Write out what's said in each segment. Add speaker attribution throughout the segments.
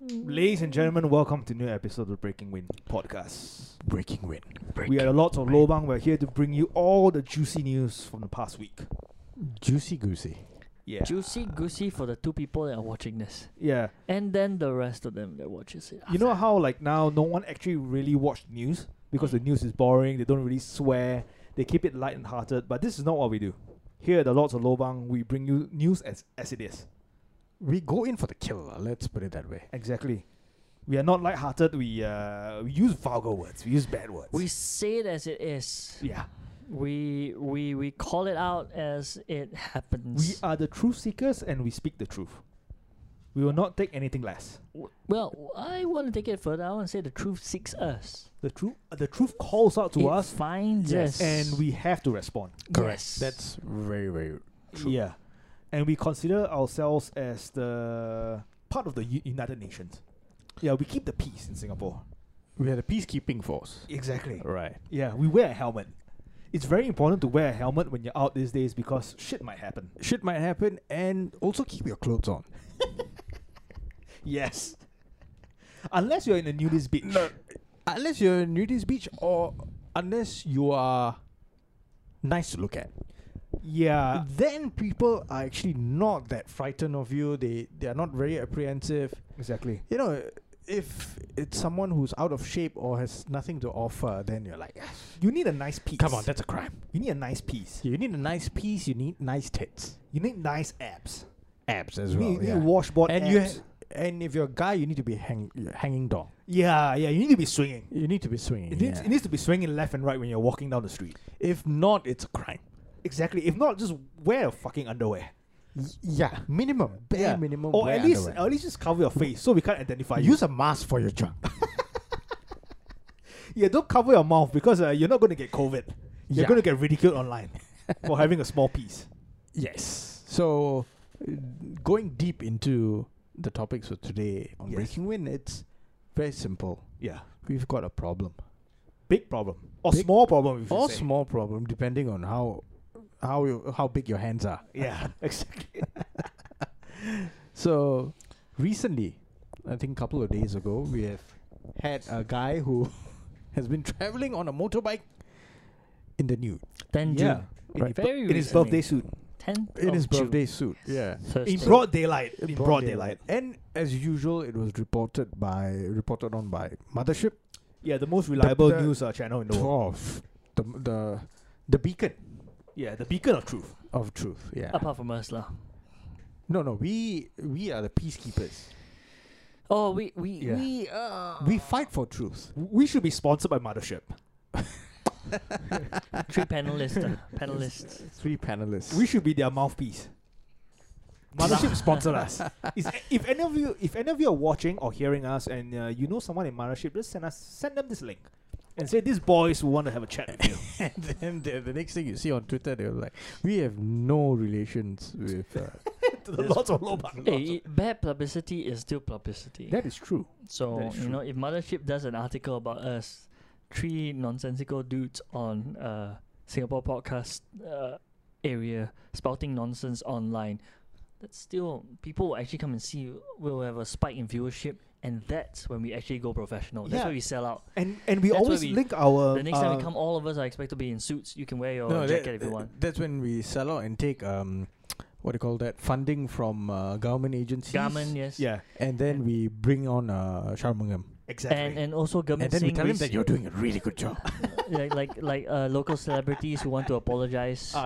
Speaker 1: Ladies and gentlemen, welcome to new episode of Breaking Wind Podcast.
Speaker 2: Breaking wind.
Speaker 1: We are the Lords of Lobang. We're here to bring you all the juicy news from the past week.
Speaker 2: Juicy goosey.
Speaker 1: Yeah.
Speaker 3: Juicy goosey for the two people that are watching this,
Speaker 1: Yeah.
Speaker 3: and then the rest of them that watches it.
Speaker 1: You know how like now no one actually really watched news because the news is boring. They don't really swear. They keep it light and hearted. But this is not what we do. Here at the Lords of Lobang, we bring you news as as it is.
Speaker 2: We go in for the kill. uh, Let's put it that way.
Speaker 1: Exactly. We are not light hearted. We uh we use vulgar words. We use bad words.
Speaker 3: we say it as it is.
Speaker 1: yeah.
Speaker 3: We we we call it out as it
Speaker 1: We
Speaker 3: happens.
Speaker 1: are the truth seekers and we speak the truth. We will not take anything less.
Speaker 3: W- well, I want to take it further. I want to say the truth seeks us.
Speaker 1: The truth the truth calls out to
Speaker 3: It
Speaker 1: us
Speaker 3: finds us,
Speaker 1: and we have to respond.
Speaker 3: Yes.
Speaker 2: That's very, very true.
Speaker 1: Yeah. And we consider ourselves as the part of the U- United Nations. Yeah, we keep the peace in Singapore.
Speaker 2: We had a peacekeeping force.
Speaker 1: Exactly.
Speaker 2: Right.
Speaker 1: Yeah, we wear a helmet. It's very important to wear a helmet when you're out these days because shit might happen.
Speaker 2: Shit might happen and also keep your clothes on.
Speaker 1: Yes. Unless you're in a nudist beach.
Speaker 2: Unless you're in nudist beach or unless you are nice to look at. Uh.
Speaker 1: Yeah.
Speaker 2: then people are actually not that frightened of you. They they are not very apprehensive.
Speaker 1: Exactly.
Speaker 2: You know, if it's someone who's out of shape or has nothing to offer, then you're like, "Ah,
Speaker 1: You need a nice piece.
Speaker 2: come on, that's a crime.
Speaker 1: you need a nice piece.
Speaker 2: You need a nice piece. You need nice tits,
Speaker 1: You need nice abs.
Speaker 2: abs as
Speaker 1: you
Speaker 2: well.
Speaker 1: need, you
Speaker 2: yeah.
Speaker 1: need washboard
Speaker 2: and you
Speaker 1: abs.
Speaker 2: ha- and if you're a guy, you need to be hang- hanging dong.
Speaker 1: yeah, yeah. You need to be swinging.
Speaker 2: You need to be swinging.
Speaker 1: It, needs,
Speaker 2: yeah.
Speaker 1: it needs to be swinging left and right when you're walking down the street.
Speaker 2: if not, it's a crime.
Speaker 1: Exactly. If not, just wear a fucking underwear.
Speaker 2: yeah, minimum, bare
Speaker 1: Yeah.
Speaker 2: minimum.
Speaker 1: Or
Speaker 2: wear
Speaker 1: at least,
Speaker 2: underwear.
Speaker 1: at least just cover your face so we can't identify you.
Speaker 2: use a mask for your junk.
Speaker 1: Yeah, don't cover your mouth because uh, you're not going to get COVID. You're
Speaker 2: Yeah.
Speaker 1: going to get ridiculed online for having a small piece.
Speaker 2: Yes. So, uh, going deep into the topics for today on
Speaker 1: Yes.
Speaker 2: Breaking Wind, it's very simple.
Speaker 1: Yeah,
Speaker 2: We've got a problem,
Speaker 1: big problem or
Speaker 2: Big-
Speaker 1: small problem. If you
Speaker 2: or
Speaker 1: say.
Speaker 2: small problem, depending on how how you, how big your hands are.
Speaker 1: Yeah, exactly.
Speaker 2: So, recently, I think a couple of days ago, we have had a guy who has been traveling on a motorbike in the nude,
Speaker 1: yeah,
Speaker 3: 10 June.
Speaker 1: in,
Speaker 2: Right.
Speaker 1: his bir-
Speaker 3: Very
Speaker 1: in his
Speaker 3: recently.
Speaker 1: birthday suit,
Speaker 3: 10th
Speaker 2: in
Speaker 3: of
Speaker 2: his
Speaker 3: June,
Speaker 2: birthday suit. Yeah.
Speaker 3: Thursday.
Speaker 1: in broad daylight, in
Speaker 2: In
Speaker 1: broad, daylight.
Speaker 2: and as usual, it was reported by reported on by Mothership.
Speaker 1: Yeah, the most reliable
Speaker 2: the-
Speaker 1: news uh, channel in the world.
Speaker 2: Twelve, the the the beacon
Speaker 1: Yeah, the beacon of truth.
Speaker 2: of truth. Yeah.
Speaker 3: Apart from us lah.
Speaker 2: No, no, we we are the peacekeepers.
Speaker 3: Oh, we we
Speaker 1: Yeah.
Speaker 3: we uh,
Speaker 2: We fight for truth.
Speaker 1: We should be sponsored by Mothership.
Speaker 3: three panelists uh, panelists.
Speaker 2: Three panelists.
Speaker 1: We should be their mouthpiece. Mothership sponsor us. Is, if any of you, if any of you are watching or hearing us, and uh, you know someone in Mothership, just send us, send them this link, and say these boys want to have a chat with you.
Speaker 2: and then the, the next thing you see on Twitter, they were like, "We have no relations with." Uh,
Speaker 1: to the lots of lobang.
Speaker 3: Hey, bad publicity is still publicity.
Speaker 1: That is true.
Speaker 3: So
Speaker 1: is
Speaker 3: you
Speaker 1: true.
Speaker 3: know, if Mothership does an article about us, three nonsensical dudes on uh, Singapore podcast uh, area spouting nonsense online, that's still people will actually come and see. We'll have a spike in viewership, and that's when we actually go professional. That's
Speaker 1: Yeah.
Speaker 3: where we sell out.
Speaker 1: And and we
Speaker 3: That's why
Speaker 1: always
Speaker 3: we-
Speaker 1: link our.
Speaker 3: the next time
Speaker 1: uh,
Speaker 3: we come, all of us are expected to be in suits. You Oh, can wear your
Speaker 2: that-
Speaker 3: jacket if you want.
Speaker 2: That's when we sell out and take um, what do you call that? Funding from uh, government agencies.
Speaker 3: Garment, yes.
Speaker 1: yeah,
Speaker 2: And then we bring on uh, Sharmugam.
Speaker 1: exactly.
Speaker 3: And and also
Speaker 2: And
Speaker 3: government
Speaker 2: then we
Speaker 3: saying
Speaker 2: tell him
Speaker 3: rec-
Speaker 2: that you're doing a really good job.
Speaker 3: like like like uh, local celebrities who want to apologize.
Speaker 2: yeah,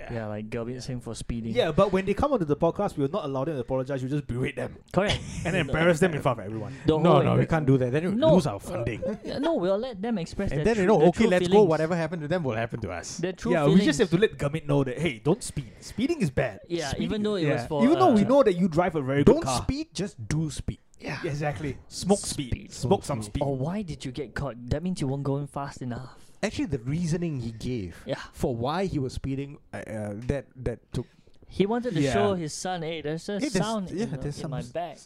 Speaker 3: Ah, yeah, like Gavin Singh for speeding.
Speaker 1: yeah, but when they come onto the podcast, we will not allow them to apologize. We just berate them
Speaker 3: correct.
Speaker 1: and embarrass them in front of everyone.
Speaker 3: The
Speaker 2: No,
Speaker 3: whole-
Speaker 2: no, we can't do that. Then we
Speaker 3: No,
Speaker 2: lose our
Speaker 3: uh,
Speaker 2: funding.
Speaker 3: Yeah, no, we'll let them express
Speaker 2: and
Speaker 3: their
Speaker 2: then you
Speaker 3: true-
Speaker 2: know,
Speaker 3: their
Speaker 2: okay,
Speaker 3: true
Speaker 2: let's go.
Speaker 3: feelings.
Speaker 2: Whatever happened to them will happen to us.
Speaker 3: Their true
Speaker 1: yeah,
Speaker 3: feelings.
Speaker 1: we just have to let Gurmit know that hey, don't speed. Speeding is bad.
Speaker 3: Yeah,
Speaker 1: Speeding
Speaker 3: even
Speaker 1: is-
Speaker 3: though it was for,
Speaker 1: even though we
Speaker 3: uh,
Speaker 1: know that you drive a very good
Speaker 2: Don't
Speaker 1: car.
Speaker 2: speed, just do speed.
Speaker 3: yeah.
Speaker 1: Yeah, exactly. Smoke speed.
Speaker 3: Speed.
Speaker 1: Smoke some speed.
Speaker 2: Oh.
Speaker 3: Or why did you get caught? That means you weren't going fast enough.
Speaker 2: Actually, the reasoning he gave
Speaker 3: Yeah.
Speaker 2: for why he was speeding uh, uh, that that took
Speaker 3: He wanted to
Speaker 1: Yeah.
Speaker 3: show his son, hey, there's a
Speaker 2: Hey, there's-
Speaker 3: sound
Speaker 2: yeah,
Speaker 3: in, the-
Speaker 2: there's
Speaker 3: in
Speaker 2: some
Speaker 3: my
Speaker 2: s-
Speaker 3: back.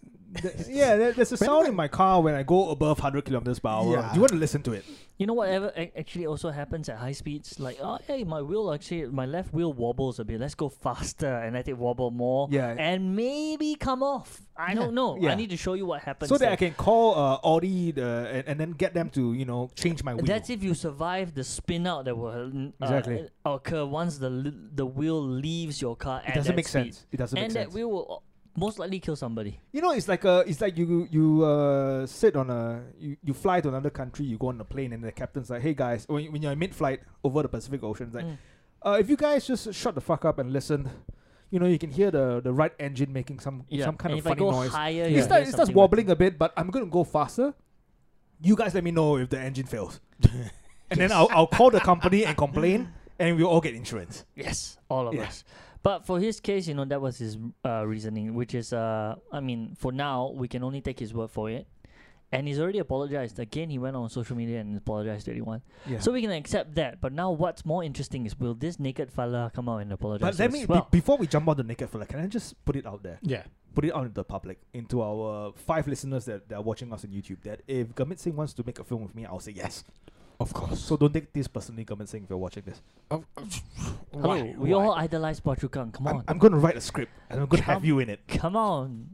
Speaker 1: Th- yeah, there- there's a
Speaker 2: When
Speaker 1: sound
Speaker 2: I-
Speaker 1: in my car when I go above 100 kilometers per hour.
Speaker 2: Yeah.
Speaker 1: You want to listen to it?
Speaker 3: You know whatever ac- actually also happens at high speeds, like oh hey, my wheel actually my left wheel wobbles a bit. Let's go faster and let it wobble more.
Speaker 1: Yeah.
Speaker 3: And maybe come off. I
Speaker 2: Yeah.
Speaker 3: don't know.
Speaker 1: Yeah.
Speaker 3: I need to show you what happens.
Speaker 1: so that I
Speaker 3: there.
Speaker 1: can call uh, Audi uh, and, and then get them to you know change my wheel.
Speaker 3: That's if you survive the spin out that will uh,
Speaker 1: Exactly.
Speaker 3: occur once the l- the wheel leaves your car.
Speaker 1: it
Speaker 3: at
Speaker 1: doesn't
Speaker 3: that
Speaker 1: make
Speaker 3: speed.
Speaker 1: sense. It doesn't
Speaker 3: and
Speaker 1: make
Speaker 3: that
Speaker 1: sense.
Speaker 3: wheel will uh, most likely kill somebody.
Speaker 1: You know, it's like uh, it's like you you uh, sit on a you, you fly to another country, you go on a plane, and the captain's like, "Hey guys, when, when you're in mid-flight over the Pacific Ocean, it's like,
Speaker 3: Mm.
Speaker 1: uh, if you guys just shut the fuck up and listen, you know, you can hear the the right engine making some some kind of
Speaker 3: and if I
Speaker 1: funny
Speaker 3: go
Speaker 1: noise.
Speaker 3: higher,
Speaker 1: It
Speaker 3: you
Speaker 1: starts
Speaker 3: hear
Speaker 1: it starts
Speaker 3: something
Speaker 1: wobbling a bit, but I'm gonna go faster. You guys, let me know if the engine fails, and then I'll I'll call the company and complain, and we'll all get insurance.
Speaker 3: Like, yes, all of
Speaker 1: Yeah.
Speaker 3: us. But for his case, you know, that was his uh, reasoning, which is, uh, I mean, for now we can only take his word for it, and he's already apologized. Again, he went on social media and apologized to everyone.
Speaker 1: Yeah.
Speaker 3: So we can accept that. But now, what's more interesting is will this naked fella come out and apologize?
Speaker 1: But let me
Speaker 3: as well?
Speaker 1: be- before we jump on the naked fella, can I just put it out there?
Speaker 2: Yeah.
Speaker 1: put it out into the public, into our five listeners that, that are watching us on YouTube, that if Gamit Singh wants to make a film with me, I'll say yes.
Speaker 2: Of course.
Speaker 1: So don't take this personally, Gamit Singh, if you're watching this.
Speaker 2: Of-
Speaker 3: Hello,
Speaker 2: why?
Speaker 3: we
Speaker 2: Why?
Speaker 3: all idolize Pachukang. Come
Speaker 1: I'm,
Speaker 3: on,
Speaker 1: I'm going to write a script and I'm going to have
Speaker 3: Come-
Speaker 1: you in it.
Speaker 3: come on.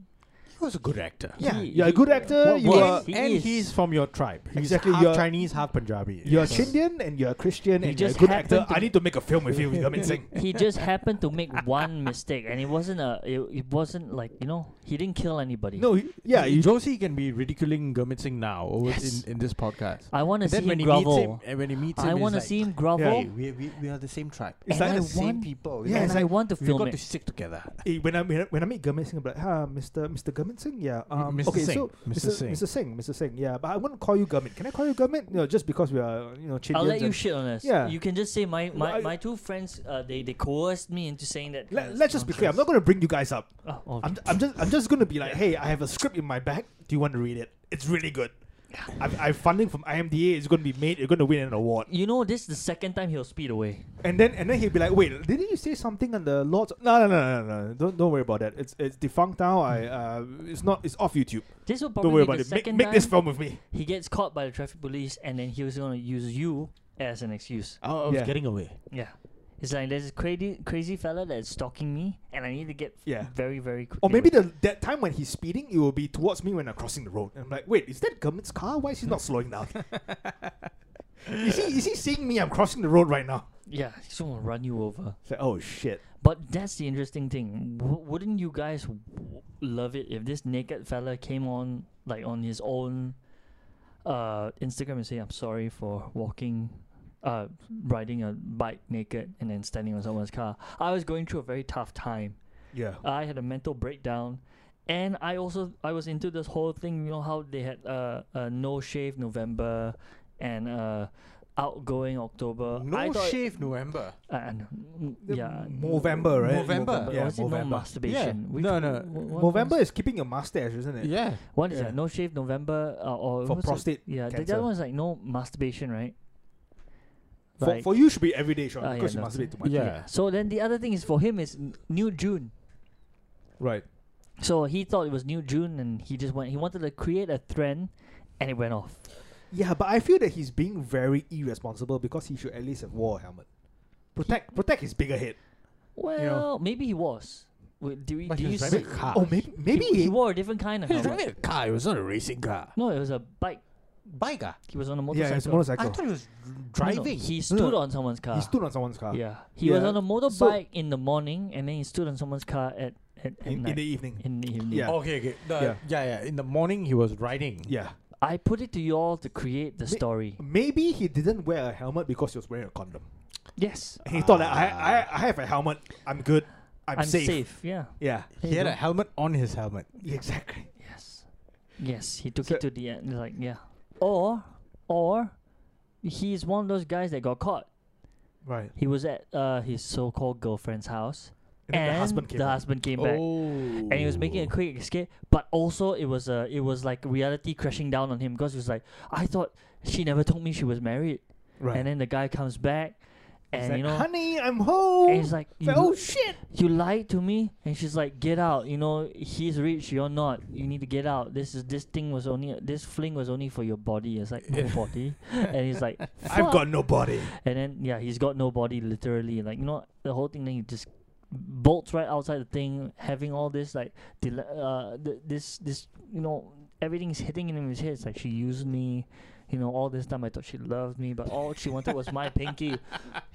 Speaker 2: He was a good actor.
Speaker 1: Yeah,
Speaker 3: He-
Speaker 1: you're a good
Speaker 3: he-
Speaker 1: actor,
Speaker 3: what
Speaker 1: you
Speaker 3: was-
Speaker 1: are-
Speaker 3: he
Speaker 2: and
Speaker 3: is.
Speaker 2: he's from your tribe. He's
Speaker 1: Exactly,
Speaker 2: half
Speaker 1: you're-
Speaker 2: Chinese, half Punjabi.
Speaker 1: You're
Speaker 2: So-
Speaker 1: a Chindian and you're a Christian
Speaker 3: He
Speaker 1: and you're a
Speaker 3: just
Speaker 1: good
Speaker 3: happened
Speaker 1: actor.
Speaker 3: to-
Speaker 1: I need to make a film with you, Gamit Singh.
Speaker 3: he just happened to make one mistake, and it wasn't a. It, it wasn't like you know he didn't kill anybody.
Speaker 1: No, he- yeah, you,
Speaker 2: Josie can be ridiculing Gurmit Singh now over
Speaker 3: Yes.
Speaker 2: in, in this podcast.
Speaker 3: I want to
Speaker 2: And
Speaker 3: see
Speaker 2: then
Speaker 3: him
Speaker 2: when he, meets
Speaker 3: grovel.
Speaker 2: him, and when he meets him,
Speaker 3: I
Speaker 2: he's
Speaker 3: want to
Speaker 2: like,
Speaker 3: see him
Speaker 1: Yeah.
Speaker 3: grovel,
Speaker 2: Hey, we, we, we are the same tribe.
Speaker 1: It's
Speaker 2: we
Speaker 1: like-
Speaker 2: are
Speaker 3: I
Speaker 2: the same
Speaker 3: want-
Speaker 2: people.
Speaker 1: Yeah,
Speaker 3: and
Speaker 1: it's
Speaker 3: I
Speaker 1: like-
Speaker 3: want to
Speaker 2: We've
Speaker 3: film
Speaker 2: got to
Speaker 3: it.
Speaker 2: stick together.
Speaker 1: eh, when I when I- when I meet Gamit Singh, I'm like, ah, Mr. Mr. Gamit Singh, yeah. Um,
Speaker 2: Mr.
Speaker 1: Okay,
Speaker 2: Singh,
Speaker 1: so
Speaker 2: Mr.
Speaker 1: Mr.
Speaker 2: Singh.
Speaker 1: Mr. Singh, Mr. Singh, yeah. But I wouldn't call you Gamit. Can I call you Gamit? No, just because we are you know Chindians.
Speaker 3: I'll let you
Speaker 1: and-
Speaker 3: shit on us.
Speaker 1: Yeah.
Speaker 3: you can just say my my,
Speaker 1: I-
Speaker 3: my two friends. Uh, they they coerced me into saying that.
Speaker 1: Let, let's just be clear. I'm not going to bring you guys up.
Speaker 3: not. Oh,
Speaker 1: I'm, I'm just I'm just gonna be like, hey, I have a script in my back. Do you want to read it? It's really good. I'm, I'm funding from IMDA. It's gonna be made. You're gonna win an award.
Speaker 3: you know this is the second time he'll speed away.
Speaker 1: And then and then he'll be like, wait, didn't you say something on the Lord's? No, no, no, no, no. Don't don't worry about that. It's it's defunct now. I uh, it's not. It's off YouTube.
Speaker 3: This will Hmm. probably
Speaker 1: Don't worry
Speaker 3: be
Speaker 1: about
Speaker 3: the
Speaker 1: it. Make,
Speaker 3: second
Speaker 1: make
Speaker 3: time
Speaker 1: this film with me.
Speaker 3: he gets caught by the traffic police, and then he was gonna use you as an excuse.
Speaker 2: I, I was
Speaker 1: Yeah.
Speaker 2: Oh, getting away.
Speaker 3: Yeah. It's like there's this crazy crazy fella that's stalking me and I need to get
Speaker 1: Yeah.
Speaker 3: very, very quickly.
Speaker 1: Or maybe
Speaker 3: away.
Speaker 1: the that time when he's speeding, it will be towards me when I'm crossing the road. And I'm like, wait, is that Gurmit's car? Why is he not slowing down? is he is he seeing me? I'm crossing the road right now.
Speaker 3: Yeah, he's gonna run you over.
Speaker 1: It's like, oh shit.
Speaker 3: But that's the interesting thing. W- wouldn't you guys w- love it if this naked fella came on like on his own uh Instagram and say I'm sorry for walking uh riding a bike naked and then standing on someone's car. I was going through a very tough time.
Speaker 1: Yeah.
Speaker 3: I had a mental breakdown, and I also I was into this whole thing. You know how they had uh, uh no shave November, and uh outgoing October. Uh, I
Speaker 2: No
Speaker 3: thought-
Speaker 2: shave November.
Speaker 3: Uh, uh, no, mm,
Speaker 1: The
Speaker 3: yeah,
Speaker 1: Movember, right?
Speaker 2: Movember.
Speaker 3: But
Speaker 1: Yeah,
Speaker 3: was it no
Speaker 1: Movember.
Speaker 3: masturbation?
Speaker 2: Yeah.
Speaker 3: Which-
Speaker 2: No, no.
Speaker 3: wh- what
Speaker 1: November
Speaker 3: was-
Speaker 1: is keeping your mustache, isn't it?
Speaker 2: Yeah.
Speaker 3: What is
Speaker 1: yeah.
Speaker 3: that? No shave November uh, or
Speaker 1: For
Speaker 3: what's it?
Speaker 1: prostate
Speaker 3: Yeah, the
Speaker 1: cancer.
Speaker 3: other one's like no masturbation, right?
Speaker 1: For,
Speaker 3: Like-
Speaker 1: for you should be every day, Sean,
Speaker 3: Ah, yeah,
Speaker 1: because you
Speaker 3: no.
Speaker 1: masturbate too much.
Speaker 2: Yeah.
Speaker 3: So then the other thing is for him is n- New June.
Speaker 1: Right.
Speaker 3: So he thought it was New June, and he just went. He wanted to create a trend, and it went off.
Speaker 1: Yeah, but I feel that he's being very irresponsible because he should at least have wore a helmet. Protect protect his bigger head.
Speaker 3: Well, maybe he was. Wait, do we,
Speaker 2: But
Speaker 3: do
Speaker 2: he
Speaker 3: you
Speaker 2: was
Speaker 3: see?
Speaker 2: driving a car.
Speaker 1: Oh, maybe maybe
Speaker 3: he, he wore a different kind of
Speaker 2: He was
Speaker 3: helmet.
Speaker 2: driving a car. It was not a racing car.
Speaker 3: No, it was a bike.
Speaker 2: Bike. ah?
Speaker 3: He was on a motorcycle.
Speaker 1: yeah, it's a
Speaker 2: I
Speaker 1: motorcycle.
Speaker 2: thought he was
Speaker 3: No, no,
Speaker 2: driving.
Speaker 3: he
Speaker 1: No,
Speaker 3: stood
Speaker 1: no.
Speaker 3: on someone's car.
Speaker 1: He stood on someone's car
Speaker 3: Yeah, he was
Speaker 1: Yeah.
Speaker 3: on a motorbike
Speaker 1: So-
Speaker 3: in the morning, and then he stood on someone's car at at, at
Speaker 1: in, in
Speaker 3: night.
Speaker 1: the evening.
Speaker 3: in the evening.
Speaker 1: Yeah.
Speaker 2: Okay, okay. The-
Speaker 1: Yeah.
Speaker 2: yeah, yeah. In the morning, he was riding.
Speaker 1: Yeah.
Speaker 3: I put it to you all to create the
Speaker 1: Ma-
Speaker 3: story.
Speaker 1: Maybe he didn't wear a helmet because he was wearing a condom.
Speaker 3: Yes,
Speaker 1: And he thought that I, I I have a helmet. I'm good. I'm,
Speaker 3: I'm, safe. Yeah.
Speaker 1: Yeah.
Speaker 3: There
Speaker 2: He
Speaker 3: you
Speaker 2: had a
Speaker 3: go.
Speaker 2: helmet on his helmet.
Speaker 1: Exactly.
Speaker 3: Yes. Yes, he took
Speaker 1: So-
Speaker 3: it to the end. Like, yeah. Or, or, he's one of those guys that got caught.
Speaker 1: Right.
Speaker 3: He was at uh, his so-called girlfriend's house,
Speaker 1: And, then the husband came.
Speaker 3: the
Speaker 1: back.
Speaker 3: husband came back.
Speaker 2: Oh.
Speaker 3: and he was making a quick escape. But also, it was uh, it was like reality crashing down on him because he was like, I thought she never told me she was married,
Speaker 1: right.
Speaker 3: and then the guy comes back,
Speaker 1: He's
Speaker 3: and
Speaker 1: like,
Speaker 3: you know,
Speaker 1: honey, I'm
Speaker 3: and
Speaker 1: home.
Speaker 3: he's like,
Speaker 1: Like,
Speaker 3: "You-
Speaker 1: oh shit!
Speaker 3: you lied to me and she's like get out you know he's rich you're not you need to get out this is this thing was only this fling was only for your body it's like no body and he's like
Speaker 1: I've
Speaker 3: "Fuck."
Speaker 1: got nobody.
Speaker 3: and then yeah he's got no body literally like you know the whole thing then he just bolts right outside the thing having all this like del- uh th- this this you know everything's hitting in his head it's like she used me you know all this time i thought she loved me but all she wanted was my pinky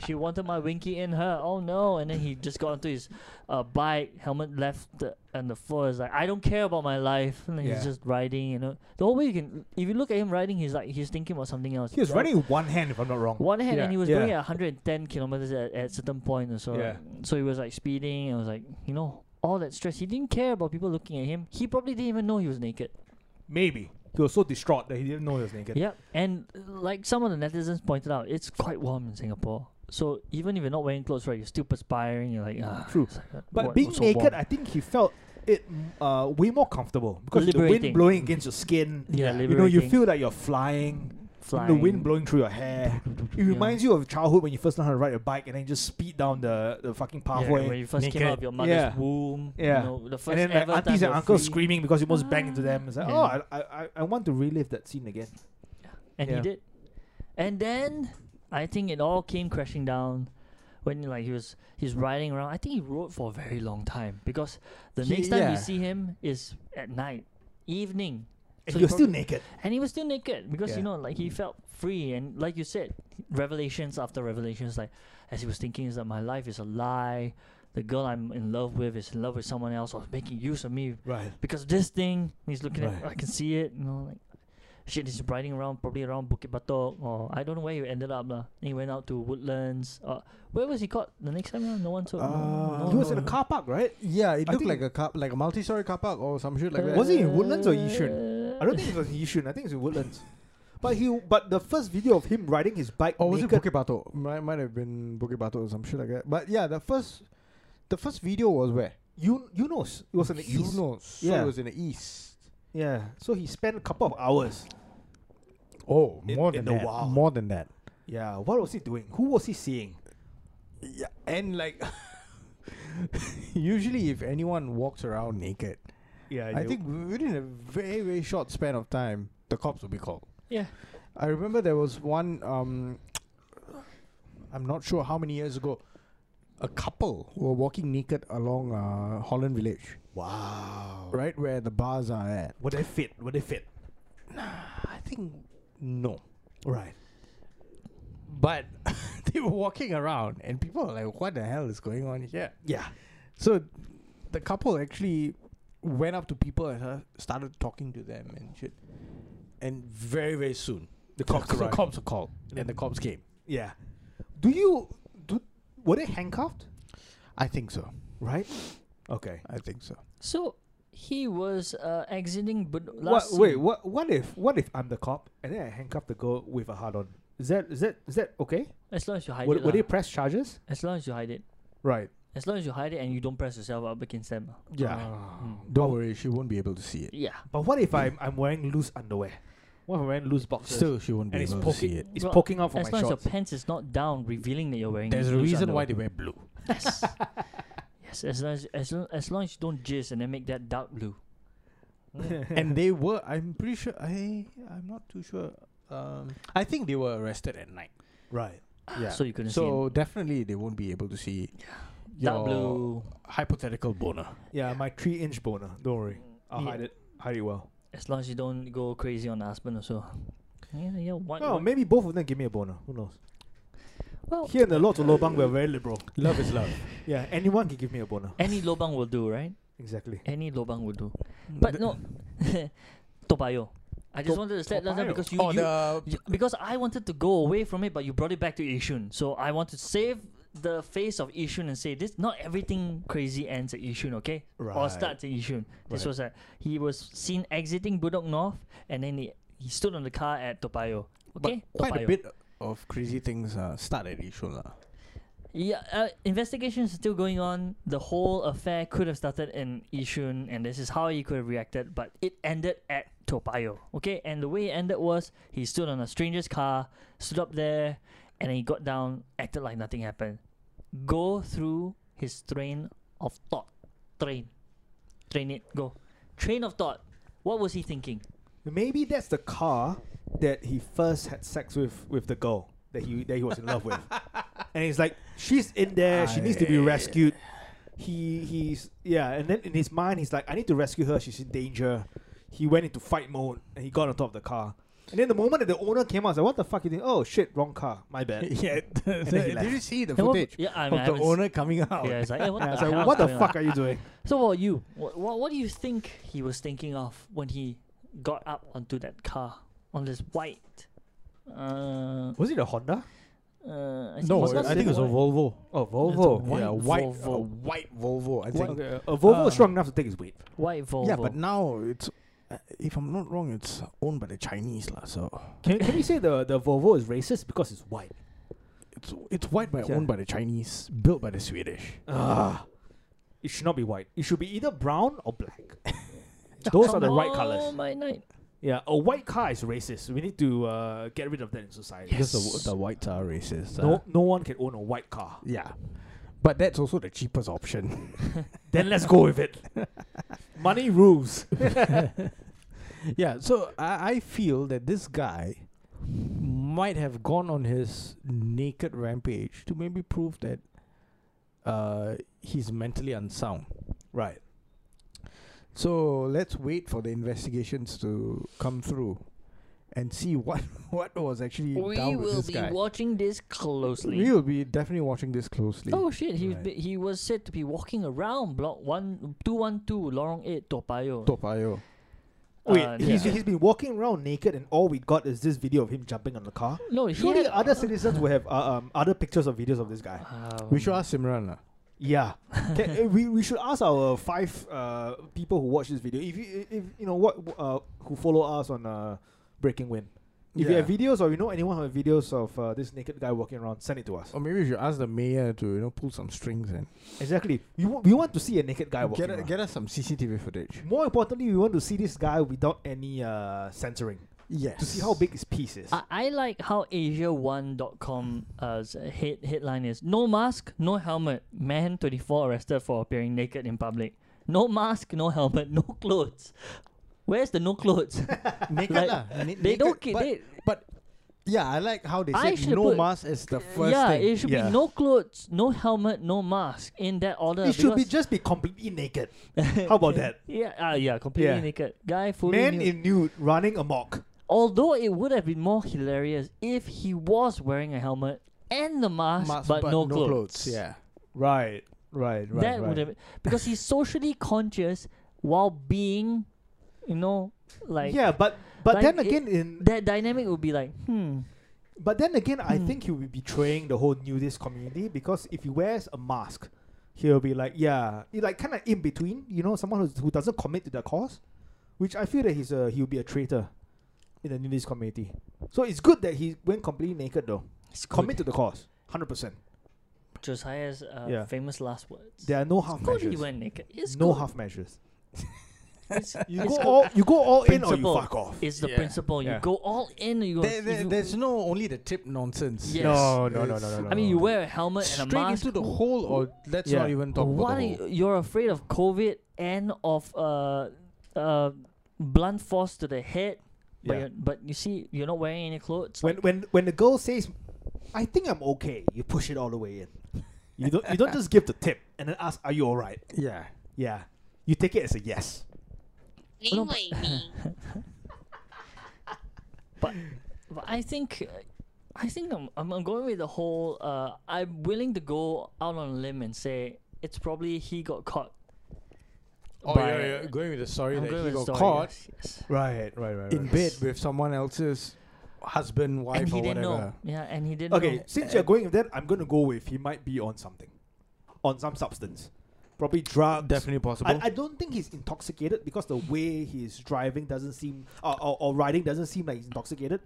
Speaker 3: she wanted my winky in her oh no and then he just got onto his uh bike helmet left the, and the floor is like i don't care about my life and then
Speaker 1: Yeah.
Speaker 3: he's just riding you know the whole way you can if you look at him riding he's like he's thinking about something else
Speaker 1: He was
Speaker 3: That-
Speaker 1: running with one hand, if I'm not wrong.
Speaker 3: one hand,
Speaker 1: Yeah.
Speaker 3: and he was
Speaker 1: Yeah.
Speaker 3: doing it 110 kilometers at, at certain point or so.
Speaker 1: Yeah.
Speaker 3: So he was like speeding, and was like, you know, all that stress. He didn't care about people looking at him. He probably didn't even know he was naked.
Speaker 1: Maybe he was so distraught that he didn't know he was naked.
Speaker 3: Yep. And uh, like some of the netizens pointed out, it's quite warm in Singapore. So even if you're not wearing clothes, right, you're still perspiring. You're like, ah.
Speaker 1: True.
Speaker 3: it's like, uh,
Speaker 1: But
Speaker 3: what-
Speaker 1: being
Speaker 3: what's so
Speaker 1: naked,
Speaker 3: warm?"
Speaker 1: I think he felt it mm, uh, way more comfortable because of the wind
Speaker 3: Liberating.
Speaker 1: blowing against your skin.
Speaker 3: yeah,
Speaker 2: you know,
Speaker 1: You know, you
Speaker 3: liberating,
Speaker 1: feel that you're flying.
Speaker 3: flying.
Speaker 1: The wind blowing through your hair. It
Speaker 3: Yeah.
Speaker 1: reminds you of childhood when you first learn how to ride a bike and then just speed down the, the fucking
Speaker 3: Yeah,
Speaker 1: pathway.
Speaker 3: when you first came out
Speaker 2: naked.
Speaker 3: of your mother's
Speaker 1: Yeah.
Speaker 3: womb.
Speaker 1: Yeah.
Speaker 3: You know, the first
Speaker 1: and then
Speaker 3: ever
Speaker 1: like, aunties
Speaker 3: time
Speaker 1: and
Speaker 3: you're
Speaker 1: uncles
Speaker 3: free.
Speaker 1: screaming because you almost bang into them. It's like,
Speaker 3: Yeah.
Speaker 1: oh, I, I, I- I want to relive that scene again.
Speaker 3: and
Speaker 1: Yeah.
Speaker 3: he did. And then I think it all came crashing down when like he was he's riding around. I think he rode for a very long time because the
Speaker 2: He-
Speaker 3: next time
Speaker 2: yeah.
Speaker 3: you see him is at night, evening.
Speaker 1: And
Speaker 3: So
Speaker 1: you're
Speaker 3: he
Speaker 1: still
Speaker 3: probably-
Speaker 1: naked.
Speaker 3: And he was still naked because
Speaker 1: Yeah. Mm.
Speaker 3: you know like he felt free and like you said, revelations after revelations. Like as he was thinking is that my life is a lie. The girl I'm in love with is in love with someone else or making use of me
Speaker 1: Right.
Speaker 3: because of this thing. He's looking
Speaker 1: Right.
Speaker 3: at. I can see it. You know, like shit. He's riding around, probably around Bukit Batok, or I don't know where he ended up lah. Then He went out to Woodlands. Or where was he caught the next time? Around? No one told. no, no,
Speaker 2: Uh,
Speaker 1: he was
Speaker 3: no.
Speaker 1: in a car park, right?
Speaker 2: Yeah, it
Speaker 1: I
Speaker 2: looked
Speaker 1: think-
Speaker 2: like a car, like a multi-story car park or some shit like that.
Speaker 1: Was it in Woodlands or Yishun?
Speaker 3: Uh,
Speaker 1: I don't think it was in Yishun. I think it's in Woodlands. But he, but the first video of him riding his bike
Speaker 2: Or Oh, was
Speaker 1: naked,
Speaker 2: it Bukit Batok? Might, might have been Bukit Batok or some shit like that. But yeah, the first, the first video was where?
Speaker 1: you you know, it was in the
Speaker 2: you
Speaker 1: east.
Speaker 2: know, so
Speaker 1: Yeah.
Speaker 2: it was in the east.
Speaker 1: Yeah. So he spent a couple of hours.
Speaker 2: Oh,
Speaker 1: In-
Speaker 2: more
Speaker 1: in
Speaker 2: than
Speaker 1: the
Speaker 2: that.
Speaker 1: wild.
Speaker 2: More than that.
Speaker 1: Yeah. What was he doing? Who was he seeing?
Speaker 2: Yeah, and like, usually if anyone walks around naked,
Speaker 1: Yeah.
Speaker 2: I think within a very very short span of time, the cops will be called.
Speaker 3: Yeah.
Speaker 2: I remember there was one. Um, I'm not sure how many years ago, a couple were walking naked along uh, Holland Village,
Speaker 1: Wow.
Speaker 2: right where the bars are at.
Speaker 1: Were they fit? Were they fit?
Speaker 2: I think no,
Speaker 1: Right.
Speaker 2: but they were walking around, and people were like, "What the hell is going on here?"
Speaker 1: Yeah.
Speaker 2: So the couple actually went up to people and uh, started talking to them and shit. And very, very soon, the cops, the
Speaker 1: arrived.
Speaker 2: cops were called. And the cops came.
Speaker 1: Yeah. Do you do? Were they handcuffed?
Speaker 2: I think so.
Speaker 1: Right. Okay.
Speaker 2: I think so.
Speaker 3: So he was uh, exiting, but
Speaker 1: What,
Speaker 3: last
Speaker 1: wait. What? What if? What if I'm the cop and then I handcuff the girl with a hard on? Is that? Is that? Is that okay?
Speaker 3: as long as you hide
Speaker 1: Would,
Speaker 3: it,
Speaker 1: would
Speaker 3: lah.
Speaker 1: they press charges?
Speaker 3: as long as you hide it,
Speaker 2: Right.
Speaker 3: as long as you hide it, and you don't press yourself up against them. lah.
Speaker 2: Yeah.
Speaker 1: Ah,
Speaker 2: Don't worry, she won't be able to see it.
Speaker 3: Yeah.
Speaker 1: Hmm. But what if I'm I'm wearing loose underwear? Hmm. What if I'm wearing loose boxers?
Speaker 2: Still, she won't be
Speaker 1: and it's
Speaker 2: able to see
Speaker 1: poking
Speaker 2: it.
Speaker 1: it's
Speaker 3: Well,
Speaker 1: poking out from
Speaker 3: as
Speaker 1: my
Speaker 3: long as
Speaker 1: shorts.
Speaker 3: your pants is not down, revealing that you're wearing.
Speaker 2: There's a
Speaker 3: loose
Speaker 2: reason
Speaker 3: underwear.
Speaker 2: why they wear blue.
Speaker 3: Yes. yes, as long as, as, long, as long as you don't jizz and then make that dark blue.
Speaker 2: and they were, I'm pretty sure, I, I'm not too sure. Um, I think they were arrested at night.
Speaker 1: right. Yeah.
Speaker 3: Ah, So you couldn't
Speaker 2: So definitely they won't be able to see
Speaker 3: see dark
Speaker 2: your
Speaker 3: blue.
Speaker 2: hypothetical boner.
Speaker 1: yeah, my three inch boner. Don't worry. I'll
Speaker 3: Yeah.
Speaker 1: hide it. Hide it well.
Speaker 3: As long as you don't go crazy on the husband or so. Yeah, yeah. What,
Speaker 1: Oh,
Speaker 3: what-
Speaker 1: maybe both of them give me a boner. Who knows?
Speaker 3: well,
Speaker 1: Here in the Lords of Lobang, we're very liberal.
Speaker 2: Love is love.
Speaker 1: Yeah, anyone can give me a boner.
Speaker 3: any lobang will do, right?
Speaker 1: Exactly.
Speaker 3: Any lobang will do. But no, Tobayo. I just
Speaker 1: To-
Speaker 3: wanted to set that
Speaker 1: Toa
Speaker 3: down
Speaker 1: Payoh.
Speaker 3: because you,
Speaker 2: oh,
Speaker 3: you-
Speaker 2: the
Speaker 3: you- because I wanted to go away from it, but you brought it back to Ishun. So I want to save the face of Ishun and say this: not everything crazy ends at Ishun, okay? Or
Speaker 1: Right.
Speaker 3: starts at Yishun. This
Speaker 1: Right.
Speaker 3: was a he was seen exiting Bedok North, and then he, he stood on the car at Topayo.
Speaker 2: But
Speaker 3: Okay,
Speaker 2: quite a
Speaker 3: Toa Payoh.
Speaker 2: bit of crazy things uh, start at Yishun lah.
Speaker 3: Yeah, uh, investigation is still going on. The whole affair could have started in Yishun, and this is how he could have reacted, but it ended at Topayo. Okay, and the way it ended was he stood on a stranger's car, stood up there, and then he got down, acted like nothing happened. Go through his train of thought. Train. Train it, go. Train of thought. What was he thinking?
Speaker 1: Maybe that's the car that he first had sex with with the girl that he that he was in love with. And he's like, she's in there. She needs to be
Speaker 2: I-
Speaker 1: rescued. He he's yeah. And then in his mind, he's like, I need to rescue her. She's in danger. He went into fight mode and he got on top of the car. And then the moment that the owner came out, I was like, what the fuck you doing? Oh shit, wrong car. My bad.
Speaker 2: yeah. Did you
Speaker 1: left.
Speaker 2: see the
Speaker 3: And what-
Speaker 2: footage
Speaker 3: yeah, I mean, I
Speaker 2: of the
Speaker 3: haven't s-
Speaker 2: owner coming out?
Speaker 3: Yeah, it's like, eh, what,
Speaker 1: And I
Speaker 3: the
Speaker 1: was like,
Speaker 3: hell
Speaker 1: what
Speaker 3: is
Speaker 1: the
Speaker 3: going on?"
Speaker 1: fuck are you doing?
Speaker 3: So what about you? What, what what do you think he was thinking of when he got up onto that car on this white? Uh,
Speaker 1: Was it a Honda?
Speaker 3: uh, I think
Speaker 2: No,
Speaker 3: was
Speaker 1: not
Speaker 2: I think it's a
Speaker 1: silver.
Speaker 2: Volvo.
Speaker 1: Oh,
Speaker 3: Volvo.
Speaker 2: yeah,
Speaker 3: White
Speaker 2: white,
Speaker 3: Volvo.
Speaker 2: A white Volvo. I think.
Speaker 1: Okay, a Volvo
Speaker 2: Uh,
Speaker 1: is strong enough to take his weight.
Speaker 3: white Volvo.
Speaker 2: Yeah, but now it's, uh, if I'm not wrong, it's owned by the Chinese lah. So
Speaker 1: Can, can we say the, the Volvo is racist because it's white?
Speaker 2: it's it's white by
Speaker 1: Yeah.
Speaker 2: owned by the Chinese, built by the Swedish.
Speaker 1: Ah, it should not be white. It should be either brown or black. Those are the right
Speaker 3: Oh
Speaker 1: colors.
Speaker 3: my night!
Speaker 1: Yeah, a white car is racist. We need to uh, get rid of that in society.
Speaker 2: Because
Speaker 3: Yes.
Speaker 2: the, the whites are racist. uh,
Speaker 1: No, no one can own a white car.
Speaker 2: Yeah. But that's also the cheapest option.
Speaker 1: Then let's go with it. Money rules.
Speaker 3: Uh,
Speaker 2: yeah, so I, I feel that this guy might have gone on his naked rampage to maybe prove that uh, he's mentally unsound.
Speaker 1: Right.
Speaker 2: So let's wait for the investigations to come through and see what, what was actually
Speaker 3: We
Speaker 2: down with
Speaker 3: will
Speaker 2: this
Speaker 3: be
Speaker 2: guy.
Speaker 3: watching this
Speaker 2: We
Speaker 3: closely.
Speaker 2: will be definitely watching this closely.
Speaker 3: Oh shit! He was
Speaker 2: Right.
Speaker 3: bi- he was said to be walking around block one two one two Lorong Eight Toa Payoh.
Speaker 2: Topayo.
Speaker 1: Wait,
Speaker 3: Uh,
Speaker 1: he's,
Speaker 3: yeah.
Speaker 1: he's been walking around naked, and all we got is this video of him jumping on the car.
Speaker 3: no, he
Speaker 1: Surely
Speaker 3: had-
Speaker 1: other citizens will have uh, um, other pictures or videos of this guy.
Speaker 2: We should
Speaker 3: Um,
Speaker 2: ask Simran. lah.
Speaker 1: Yeah, Can- uh, we, we should ask our five uh, people who watch this video if you if you know what uh, who follow us on uh, Breaking Wind. If you
Speaker 2: Yeah.
Speaker 1: have videos or you know anyone who have videos of uh, this naked guy walking around, send it to us.
Speaker 2: Or maybe we should ask the mayor to you know pull some strings and
Speaker 1: Exactly, we, w- we want to see a naked guy walking
Speaker 2: get a,
Speaker 1: around.
Speaker 2: get us some CCTV footage.
Speaker 1: More importantly, we want to see this guy without any uh, censoring
Speaker 2: Yes.
Speaker 1: to see how big his piece is.
Speaker 3: I, I like how Asia1.com uh, head, headline is No mask, no helmet. Man 24 arrested for appearing naked in public. No mask, no helmet, no clothes. Where's the no clothes?
Speaker 2: naked
Speaker 3: like,
Speaker 2: lah. Na-
Speaker 3: they
Speaker 2: naked,
Speaker 3: don't get
Speaker 2: but,
Speaker 3: it.
Speaker 2: but yeah, I like how they
Speaker 3: I
Speaker 2: said
Speaker 3: should
Speaker 2: no
Speaker 3: put-
Speaker 2: mask is the first
Speaker 3: yeah,
Speaker 2: thing.
Speaker 3: it should
Speaker 1: yeah.
Speaker 3: be no clothes, no helmet, no mask in that order.
Speaker 1: it should be
Speaker 3: because-
Speaker 1: just be completely naked. how about that?
Speaker 3: yeah, uh, yeah, completely
Speaker 1: Yeah.
Speaker 3: naked guy, fully
Speaker 1: Man
Speaker 3: nude.
Speaker 1: in nude running amok.
Speaker 3: Although it would have been more hilarious if he was wearing a helmet and the mask,
Speaker 2: Mask,
Speaker 3: but, no,
Speaker 2: no
Speaker 3: clothes.
Speaker 2: Yeah.
Speaker 1: Right, right, right.
Speaker 3: that would have because he's socially conscious while being, you know, like
Speaker 1: yeah, but but
Speaker 3: like
Speaker 1: then
Speaker 3: it-
Speaker 1: again, in
Speaker 3: That dynamic would be like, hmm,
Speaker 1: But then again, I
Speaker 3: Hmm.
Speaker 1: think he'll be betraying the whole nudist community because if he wears a mask, he'll be like, yeah, he like kind of in between, you know, someone who's, who doesn't commit to the cause, which I feel that he's a he'll be a traitor in the nudist community. So it's good that he went completely naked though.
Speaker 3: it's
Speaker 1: Commit
Speaker 3: commit
Speaker 1: to the cause, hundred percent.
Speaker 3: Josiah's uh,
Speaker 1: Yeah.
Speaker 3: famous last words.
Speaker 1: There are no half
Speaker 3: Good he
Speaker 1: measures.
Speaker 3: went naked. It's
Speaker 1: No
Speaker 3: good.
Speaker 1: half measures.
Speaker 3: It's,
Speaker 1: You
Speaker 3: it's
Speaker 1: go
Speaker 3: good.
Speaker 1: all you go all in or
Speaker 3: Principle.
Speaker 1: you fuck off.
Speaker 3: It's the
Speaker 2: Yeah.
Speaker 3: principle. You
Speaker 1: Yeah.
Speaker 3: go all in. You go.
Speaker 2: There,
Speaker 3: if
Speaker 2: there-
Speaker 3: you-
Speaker 2: there's no only the tip nonsense.
Speaker 3: Yes. No,
Speaker 1: no, no, no,
Speaker 2: It's
Speaker 1: no,
Speaker 3: I mean, you
Speaker 1: no.
Speaker 3: wear a helmet and a
Speaker 2: Straight
Speaker 3: mask.
Speaker 2: into the hole, or let's
Speaker 1: Yeah.
Speaker 2: not even talk
Speaker 3: what
Speaker 2: about
Speaker 3: are
Speaker 2: the
Speaker 3: you,
Speaker 2: hole.
Speaker 3: you're afraid of COVID and of uh, uh, blunt force to the head, but
Speaker 1: Yeah.
Speaker 3: you're, but you see, you're not wearing any clothes.
Speaker 1: when when when the girl says, "I think I'm okay," you push it all the way in. You don't you don't just give the tip and then ask, "Are you all right?"
Speaker 2: Yeah.
Speaker 1: Yeah, you take it as a yes.
Speaker 4: 林伟明。
Speaker 3: but but I think I think I'm I'm, I'm going with the whole. Uh, I'm willing to go out on a limb and say it's probably he got caught.
Speaker 2: Oh,
Speaker 3: by-
Speaker 2: you're, you're going with the story
Speaker 3: I'm
Speaker 2: that
Speaker 3: going
Speaker 2: he
Speaker 3: with the
Speaker 2: got
Speaker 3: story,
Speaker 2: caught
Speaker 3: yes, yes.
Speaker 1: Right, right, right.
Speaker 2: in bed with someone else's husband, wife,
Speaker 3: and he
Speaker 2: or
Speaker 3: didn't
Speaker 2: whatever.
Speaker 3: know. Yeah, and he didn't.
Speaker 1: Okay,
Speaker 3: know.
Speaker 1: since you're going with that, I'm gonna go with he might be on something, on some substance, probably drugs.
Speaker 2: Definitely possible.
Speaker 1: I, I don't think he's intoxicated because the way he's driving doesn't seem, or, or, or riding doesn't seem like he's intoxicated.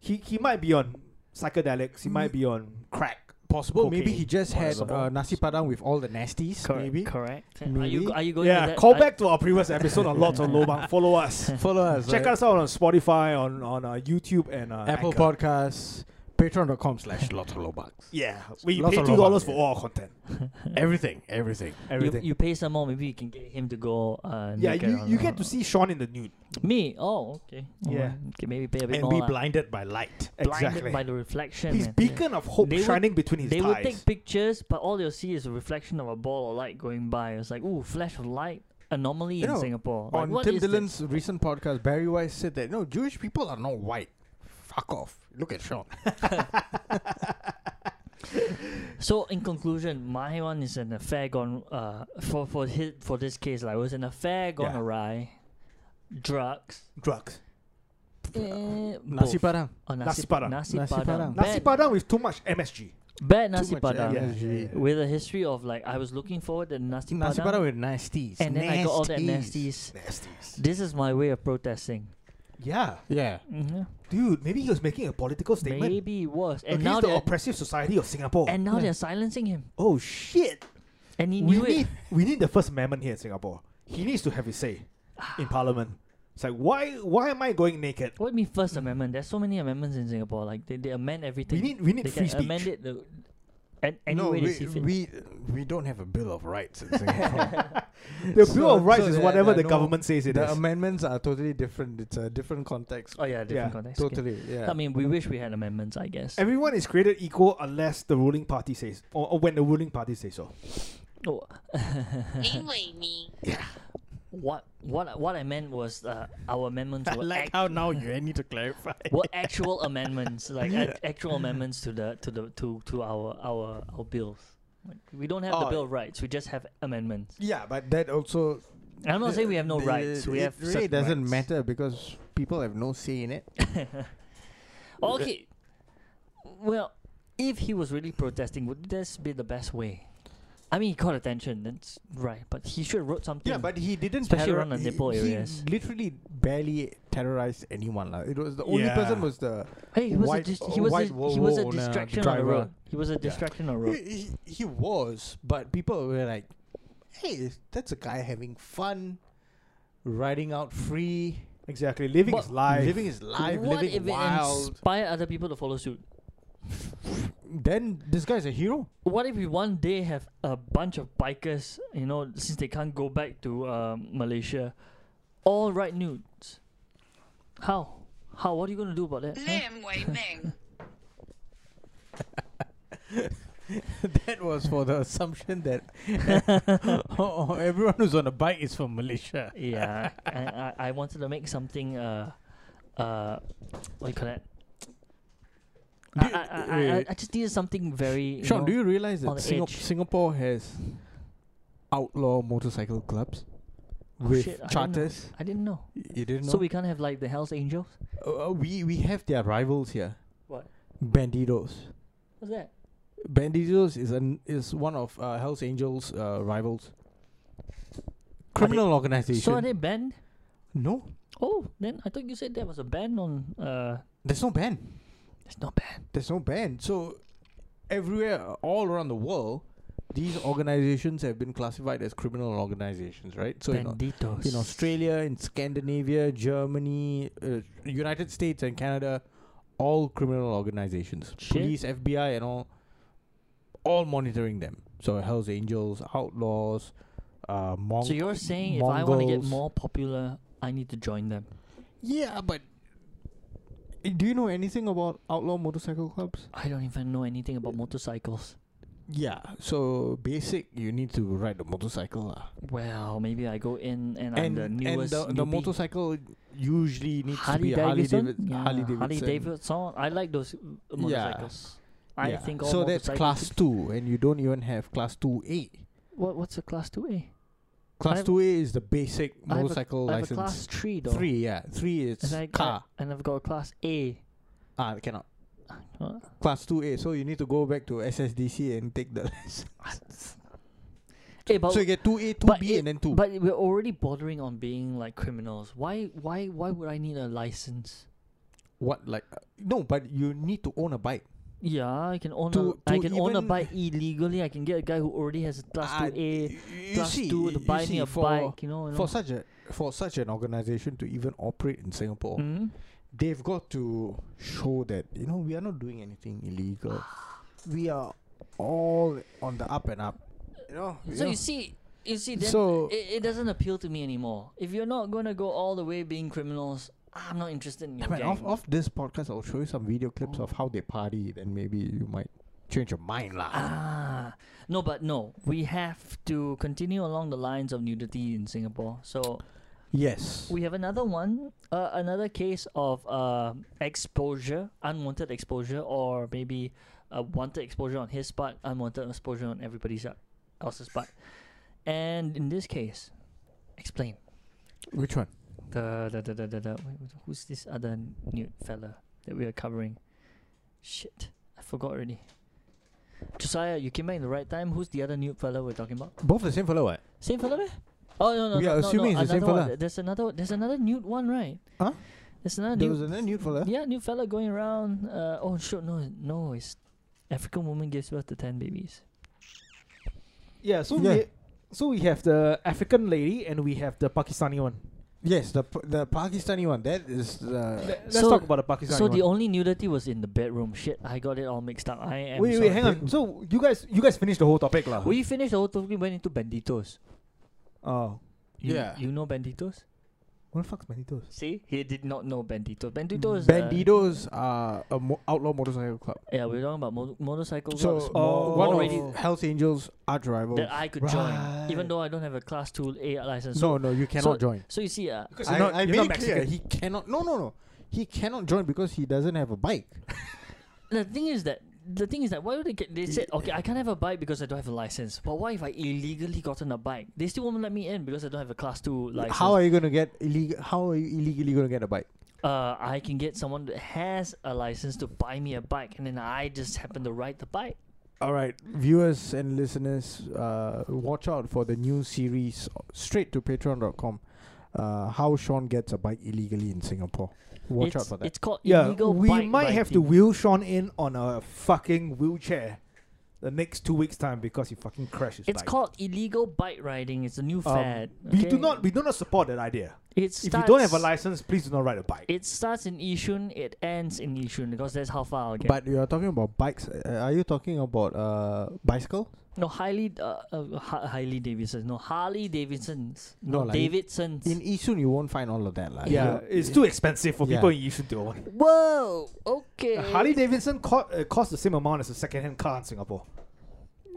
Speaker 1: He he might be on psychedelics. He might be on crack.
Speaker 2: possible. Maybe
Speaker 1: cocaine,
Speaker 2: he just had
Speaker 1: whatever.
Speaker 2: uh, nasi padang with all the nasties.
Speaker 3: Correct.
Speaker 2: Maybe.
Speaker 3: Correct. Are you
Speaker 2: Maybe.
Speaker 3: are you going? with
Speaker 1: Yeah,
Speaker 3: that? Uh,
Speaker 1: call
Speaker 3: I-
Speaker 1: back to our previous episode on Lots of Lobang. Follow us.
Speaker 2: Follow us.
Speaker 1: Check
Speaker 2: right?
Speaker 1: us out on Spotify, on on uh, YouTube, and uh,
Speaker 2: Apple
Speaker 1: Anchor.
Speaker 2: Podcasts, patreon.com slash lots of low bucks.
Speaker 1: Yeah, we
Speaker 2: Lots
Speaker 1: pay
Speaker 2: of
Speaker 1: two dollars
Speaker 2: lobang,
Speaker 1: for
Speaker 2: yeah.
Speaker 1: all our content.
Speaker 2: everything, everything.
Speaker 1: Everything.
Speaker 3: You, you pay some more, maybe you can get him to go. Uh,
Speaker 1: yeah,
Speaker 3: naked
Speaker 1: you,
Speaker 3: on-
Speaker 1: you get to see Sean in the nude.
Speaker 3: me. Oh, okay.
Speaker 1: Yeah.
Speaker 3: Alright. Okay, maybe pay a bit
Speaker 2: And
Speaker 3: more.
Speaker 2: be
Speaker 3: lah.
Speaker 2: blinded by light.
Speaker 3: Blinded
Speaker 1: Exactly.
Speaker 3: by the reflection.
Speaker 1: His
Speaker 3: man. Yeah.
Speaker 1: beacon of hope
Speaker 3: They would-
Speaker 1: shining between his
Speaker 3: they
Speaker 1: thighs.
Speaker 3: would take pictures, but all they'll see is a reflection of a ball of light going by. It's like, ooh, flash of light anomaly
Speaker 2: You
Speaker 3: in
Speaker 2: know,
Speaker 3: Singapore. Like,
Speaker 2: On
Speaker 3: what
Speaker 2: Tim
Speaker 3: is this?
Speaker 2: Dillon's recent podcast, Barry Weiss said that no, Jewish people are not white. Fuck off. Look at Sean.
Speaker 3: So in conclusion, my one is an affair gone uh for for his, for this case, like it was an affair gone
Speaker 1: Yeah.
Speaker 3: awry. Drugs.
Speaker 1: drugs.
Speaker 3: eh,
Speaker 2: Nasi
Speaker 3: both.
Speaker 2: padang.
Speaker 3: Oh, nasi,
Speaker 1: Nasi padang.
Speaker 3: Nasi,
Speaker 2: Nasi
Speaker 3: padang.
Speaker 2: padang.
Speaker 1: Nasi
Speaker 3: Bad,
Speaker 1: Padang with too much MSG.
Speaker 3: bad
Speaker 2: Too
Speaker 3: nasi
Speaker 2: much
Speaker 3: padang.
Speaker 2: energy.
Speaker 1: Yeah.
Speaker 3: With a history of like I was looking forward to nasi,
Speaker 2: Nasi
Speaker 3: padang,
Speaker 2: padang with nasties.
Speaker 3: and then I got all that nasties.
Speaker 2: Nasties.
Speaker 1: Nasties.
Speaker 3: This is my way of protesting.
Speaker 1: Yeah,
Speaker 2: Yeah.
Speaker 3: hmm
Speaker 1: dude. Maybe he was making a political statement
Speaker 3: Maybe it was, and now
Speaker 1: against the
Speaker 3: they're
Speaker 1: oppressive society of Singapore.
Speaker 3: and now
Speaker 2: Yeah.
Speaker 3: they're silencing him,
Speaker 1: oh shit!
Speaker 3: and he
Speaker 1: We
Speaker 3: knew it.
Speaker 1: need we need the first amendment here in Singapore. He needs to have his say
Speaker 3: Ah.
Speaker 1: in Parliament. It's like why why am I going naked?
Speaker 3: What do you mean First Amendment? There's so many amendments in Singapore. Like they, they amend everything.
Speaker 1: need- we need
Speaker 3: they
Speaker 1: free
Speaker 3: can Amend
Speaker 1: speech.
Speaker 3: it the, and any
Speaker 2: no,
Speaker 3: way
Speaker 2: we,
Speaker 3: they see fit.
Speaker 2: we we don't have a bill of rights in Singapore.
Speaker 1: The
Speaker 2: So-
Speaker 1: Bill of Rights
Speaker 2: so
Speaker 1: is
Speaker 2: there-
Speaker 1: whatever
Speaker 2: there
Speaker 1: the
Speaker 2: are no-
Speaker 1: government says it
Speaker 2: the
Speaker 1: is.
Speaker 2: amendments are totally different. It's a different context.
Speaker 3: oh yeah, different
Speaker 1: Yeah,
Speaker 3: context. okay.
Speaker 2: Totally. Yeah.
Speaker 3: I mean, we wish we had amendments. I guess.
Speaker 1: Everyone is created equal unless the ruling party says, or, or when the ruling party says so.
Speaker 3: Oh,
Speaker 4: 林伟明，
Speaker 3: what what what I meant was uh, our amendments
Speaker 2: I
Speaker 3: were,
Speaker 2: like
Speaker 3: ac-
Speaker 2: how now you need to clarify.
Speaker 3: were actual amendments, like ac- actual amendments to the to the to to our our our bills. Like, we don't have the
Speaker 2: Oh.
Speaker 3: bill of rights. We just have amendments.
Speaker 2: Yeah, but that also.
Speaker 3: And I'm not saying we have no rights. We
Speaker 2: it
Speaker 3: have
Speaker 2: really
Speaker 3: certain
Speaker 2: doesn't
Speaker 3: rights.
Speaker 2: matter because people have no say in it.
Speaker 3: Okay. Well, if he was really protesting, would this be the best way? I mean, he caught attention. That's right, but he should have wrote something.
Speaker 2: Yeah, but he didn't.
Speaker 3: Especially
Speaker 2: terror-
Speaker 3: around the
Speaker 2: he-
Speaker 3: nipple
Speaker 2: he
Speaker 3: areas.
Speaker 2: literally barely terrorized anyone. lah. It was the only
Speaker 1: Yeah.
Speaker 2: person was the.
Speaker 3: hey, he was
Speaker 2: White-
Speaker 3: a dis-
Speaker 2: uh,
Speaker 3: he was
Speaker 2: white
Speaker 3: a, he was a
Speaker 2: Volvo owner,
Speaker 3: distraction on the
Speaker 2: driver.
Speaker 3: road. He was a distraction on the road.
Speaker 2: He, he, he was, but people were like, "Hey, that's a guy having fun, riding out free,
Speaker 1: Exactly, living
Speaker 3: But
Speaker 1: his life.
Speaker 2: living his life,
Speaker 3: what
Speaker 2: living
Speaker 3: if it
Speaker 2: wild."
Speaker 3: inspired other people to follow suit?
Speaker 2: Then this guy's a hero.
Speaker 3: What if we one day have a bunch of bikers, you know, since they can't go back to um, Malaysia, all ride nudes? How? How? What are you gonna do about that? huh?
Speaker 4: 林伟明，
Speaker 2: that was for the assumption that oh, oh, everyone who's on a bike is from Malaysia.
Speaker 3: yeah, I, I, I wanted to make something. Uh, uh, what do you call that? I,
Speaker 2: Do you-
Speaker 3: I,
Speaker 2: wait,
Speaker 3: I, I,
Speaker 2: wait.
Speaker 3: I just needed something very. You
Speaker 2: Sean,
Speaker 3: know,
Speaker 2: do you realize
Speaker 3: on
Speaker 2: that
Speaker 3: the
Speaker 2: Singa-
Speaker 3: edge.
Speaker 2: Singapore has outlaw motorcycle clubs
Speaker 3: Oh
Speaker 2: with
Speaker 3: shit, I didn't know.
Speaker 2: charters?
Speaker 3: I didn't know.
Speaker 2: Y- You didn't know.
Speaker 3: So we can't have like the Hell's Angels.
Speaker 2: Uh, uh, we we have their rivals here.
Speaker 3: What?
Speaker 2: Bandidos.
Speaker 3: What's that?
Speaker 2: Bandidos is an is one of uh, Hell's Angels' uh, rivals. Criminal organization.
Speaker 3: So are they banned?
Speaker 2: no,
Speaker 3: Oh, then I thought you said there was a ban on. Uh,
Speaker 2: there's no ban.
Speaker 3: it's not banned.
Speaker 2: There's no ban. So everywhere, uh, all around the world, these organizations have been classified as criminal organizations, right? So in, Au-
Speaker 3: Banditos.
Speaker 2: in Australia, in Scandinavia, Germany, uh, United States, and Canada, all criminal organizations,
Speaker 3: Shit.
Speaker 2: police, FBI, and all, all monitoring them. So Hell's Angels, outlaws, uh, Mong-
Speaker 3: So you're saying if I want to get
Speaker 2: Mongols.
Speaker 3: more popular, I need to join them.
Speaker 2: yeah, but. uh, Do you know anything about outlaw motorcycle clubs?
Speaker 3: I don't even know anything about motorcycles.
Speaker 2: Yeah, so basic, you need to ride the motorcycle. lah.
Speaker 3: Well, maybe I go in and, I'm
Speaker 2: And,
Speaker 3: the
Speaker 2: and
Speaker 3: newest.
Speaker 2: the, the
Speaker 3: newbie.
Speaker 2: motorcycle usually needs
Speaker 3: Harley
Speaker 2: to be a Harley,
Speaker 3: Davidson?
Speaker 2: David-
Speaker 3: Yeah,
Speaker 2: Harley Davidson.
Speaker 3: Harley Davidson. I like those uh, motorcycles. I
Speaker 2: Yeah.
Speaker 3: think all
Speaker 2: so that's
Speaker 3: motorcycles
Speaker 2: class
Speaker 3: should-
Speaker 2: 2, and you don't even have class 2A.
Speaker 3: What what's a class two A?
Speaker 2: Class
Speaker 3: have-
Speaker 2: 2A is the basic
Speaker 3: I have a-
Speaker 2: motorcycle
Speaker 3: I have a
Speaker 2: license.
Speaker 3: class three though.
Speaker 2: 3, yeah. 3 is
Speaker 3: And I,
Speaker 2: car.
Speaker 3: I, and I've got a class A.
Speaker 2: Ah, cannot.
Speaker 3: Uh,
Speaker 2: Class 2A, so you need to go back to SSDC and take the lesson.
Speaker 3: eh, but,
Speaker 2: so you get 2A,
Speaker 3: but
Speaker 2: 2B,
Speaker 3: it-
Speaker 2: and then 2.
Speaker 3: but we're already bordering on being like criminals. Why why why would I need a license?
Speaker 2: what, like. uh, no, but you need to own a bike.
Speaker 3: Yeah, I can own
Speaker 2: To-
Speaker 3: a I
Speaker 2: to
Speaker 3: can own a
Speaker 2: even-
Speaker 3: bike illegally. I can get a guy who already has a class
Speaker 2: Ah,
Speaker 3: two A,
Speaker 2: you- you
Speaker 3: class
Speaker 2: see,
Speaker 3: two to
Speaker 2: you
Speaker 3: buy
Speaker 2: see,
Speaker 3: me a
Speaker 2: for-
Speaker 3: bike. You know, you know.
Speaker 2: for such a for such an organization to even operate in Singapore,
Speaker 3: Mhm.
Speaker 2: they've got to show that you know we are not doing anything illegal. We are all on the up and up. You know.
Speaker 3: So
Speaker 2: know.
Speaker 3: you see, you see, then
Speaker 2: So-
Speaker 3: it, it doesn't appeal to me anymore. If you're not gonna go all the way being criminals, I'm not interested in your
Speaker 2: I mean,
Speaker 3: gang.
Speaker 2: off, off this podcast, I'll show you some video clips of how they party. Then maybe you might change your mind, lah.
Speaker 3: Ah, no, but no, we have to continue along the lines of nudity in Singapore. So
Speaker 2: Yes.
Speaker 3: we have another one, uh, another case of uh, exposure, unwanted exposure, or maybe uh, wanted exposure on his part, unwanted exposure on everybody else's part. And in this case, explain.
Speaker 2: Which one?
Speaker 3: the the the the, the, the wait, wait, who's this other nude fella that we are covering? Shit, I forgot already. Josiah, you came back in the right time. Who's the other nude fella we're talking about?
Speaker 2: Both the same fellow, what?
Speaker 3: Same fella, meh? Oh no no.
Speaker 2: We
Speaker 3: no,
Speaker 2: are
Speaker 3: no,
Speaker 2: assuming
Speaker 3: no,
Speaker 2: it's the same
Speaker 3: another
Speaker 2: fella.
Speaker 3: One. There's another. There's another nude one, right?
Speaker 2: Huh?
Speaker 3: There's another
Speaker 2: There
Speaker 3: nude.
Speaker 2: was another nude fella.
Speaker 3: yeah, nude fella going around. Uh, oh shoot, no no, it's African woman gives birth to ten babies.
Speaker 1: Yeah, so
Speaker 2: Yeah.
Speaker 1: we so we have the African lady and we have the Pakistani one.
Speaker 2: Yes, the p- the Pakistani one. That is the.
Speaker 1: Let's
Speaker 3: So-
Speaker 1: talk about the Pakistani
Speaker 3: so
Speaker 1: one.
Speaker 3: the only nudity was in the bedroom. Shit, I got it all mixed up. I am.
Speaker 1: wait, wait,
Speaker 3: sorry.
Speaker 1: hang on. So you guys you guys finished the whole topic lah.
Speaker 3: We finished the whole topic. We went into banditos.
Speaker 1: Oh.
Speaker 3: You,
Speaker 2: Yeah.
Speaker 3: You know Banditos?
Speaker 1: What the fuck's Manitos?
Speaker 3: See? He did not know Banditos. Banditos. Uh,
Speaker 2: Bandidos are a mo- outlaw motorcycle club.
Speaker 3: yeah, we're talking about mo- motorcycle
Speaker 2: So
Speaker 3: clubs
Speaker 1: Oh.
Speaker 2: one
Speaker 3: already
Speaker 2: of Hell's Angels are rivals.
Speaker 3: that I could join, even
Speaker 2: Right.
Speaker 3: though I don't have a class 2 A license. So,
Speaker 2: no, no, you cannot join.
Speaker 3: so you see, uh,
Speaker 1: Because you're
Speaker 2: I,
Speaker 1: not-
Speaker 2: I
Speaker 1: you're
Speaker 2: made
Speaker 1: not
Speaker 2: it clear
Speaker 1: Mexican.
Speaker 2: he cannot. No, no, no. He cannot join because he doesn't have a bike.
Speaker 3: the thing is that. The thing is that why would they get? They said, okay, I can't have a bike because I don't have a license. But what if I illegally gotten a bike? They still won't let me in because I don't have a class two license.
Speaker 2: How are you gonna get illegal? How are you illegally gonna get a bike?
Speaker 3: uh, I can get someone that has a license to buy me a bike, and then I just happen to ride the bike.
Speaker 2: All right, viewers and listeners, uh, watch out for the new series uh, straight to patreon.com. Uh, how Sean gets a bike illegally in Singapore. Watch
Speaker 3: it's,
Speaker 2: out for that.
Speaker 3: It's called
Speaker 1: Yeah,
Speaker 3: illegal
Speaker 1: we
Speaker 3: bike
Speaker 1: might have to
Speaker 3: riding.
Speaker 1: wheel Sean in on a fucking wheelchair the next two weeks time because he fucking crashes.
Speaker 3: It's called illegal bike riding. It's a new fad.
Speaker 1: Um, We do
Speaker 3: okay?
Speaker 1: not we do not support that idea.
Speaker 3: It starts,
Speaker 1: if you don't have a license, please do not ride a bike.
Speaker 3: it starts in Yishun. It ends in Yishun because that's how far I'll get.
Speaker 2: But you are talking about bikes. Uh, are you talking about uh bicycle?
Speaker 3: no, highly, uh, uh, Har- Harley Davidson. No, Harley Davidsons.
Speaker 2: No,
Speaker 3: No,
Speaker 2: like-
Speaker 3: Davidsons.
Speaker 2: In Isun, you won't find all of that, like
Speaker 1: yeah, it's too expensive for
Speaker 2: Yeah.
Speaker 1: people in Yishun to own.
Speaker 3: Whoa. Okay.
Speaker 1: A Harley Davidson co- uh, costs the same amount as a second-hand car in Singapore.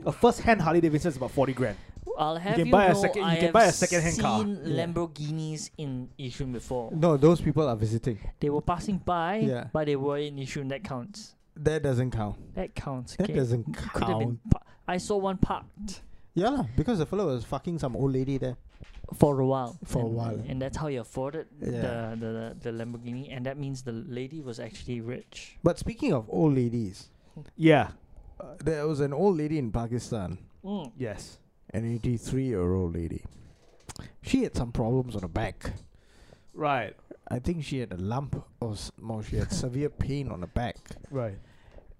Speaker 1: A first-hand Harley Davidson is about forty grand.
Speaker 3: I'll have you,
Speaker 1: can buy a
Speaker 3: know
Speaker 1: second- you
Speaker 3: I
Speaker 1: can
Speaker 3: have
Speaker 1: buy a second-hand
Speaker 3: seen
Speaker 1: car.
Speaker 2: Yeah.
Speaker 3: Lamborghinis in Yishun before.
Speaker 2: No, those people are visiting.
Speaker 3: They were passing by,
Speaker 2: Yeah.
Speaker 3: but they were in Yishun. That counts.
Speaker 2: That doesn't count.
Speaker 3: That counts.
Speaker 2: That
Speaker 3: okay?
Speaker 2: doesn't
Speaker 3: Could have been
Speaker 2: count.
Speaker 3: pa- I saw one parked.
Speaker 2: Yeah, lah, because the fellow was fucking some old lady there.
Speaker 3: for a while.
Speaker 2: For a
Speaker 3: and,
Speaker 2: while.
Speaker 3: and that's how he afforded
Speaker 2: Yeah.
Speaker 3: the, the the Lamborghini, and that means the lady was actually rich.
Speaker 2: But speaking of old ladies,
Speaker 1: Yeah.
Speaker 2: uh, there was an old lady in Pakistan,
Speaker 3: Mm.
Speaker 1: Yes.
Speaker 2: an 83 year old lady. She had some problems on her back.
Speaker 1: Right.
Speaker 2: I think she had a lump or s- no, she had severe pain on her back.
Speaker 1: Right.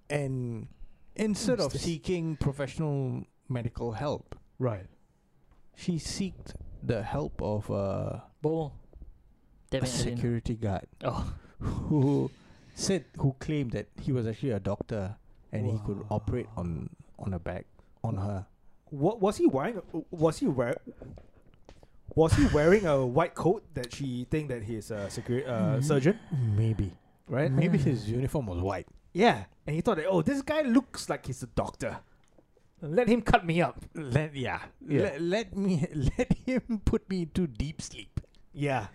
Speaker 2: And instead of seeking professional medical help,
Speaker 1: Right.
Speaker 2: she seeked the help of uh,
Speaker 3: Bo,
Speaker 2: a
Speaker 3: Devin Secure.
Speaker 2: security guard
Speaker 3: Oh,
Speaker 2: who said who claimed that he was actually a doctor and he could operate on on her back on her.
Speaker 1: What was he wearing? Was he wear? Was he wearing a white coat that she think that he's a security
Speaker 2: Hmm.
Speaker 1: uh, surgeon?
Speaker 2: Maybe right? Maybe his uniform was white.
Speaker 1: Yeah, and he thought that oh, this guy looks like he's a doctor. Let him cut me up.
Speaker 2: Let yeah,
Speaker 1: Yeah.
Speaker 2: Let, let me let him put me into deep sleep.
Speaker 1: Yeah,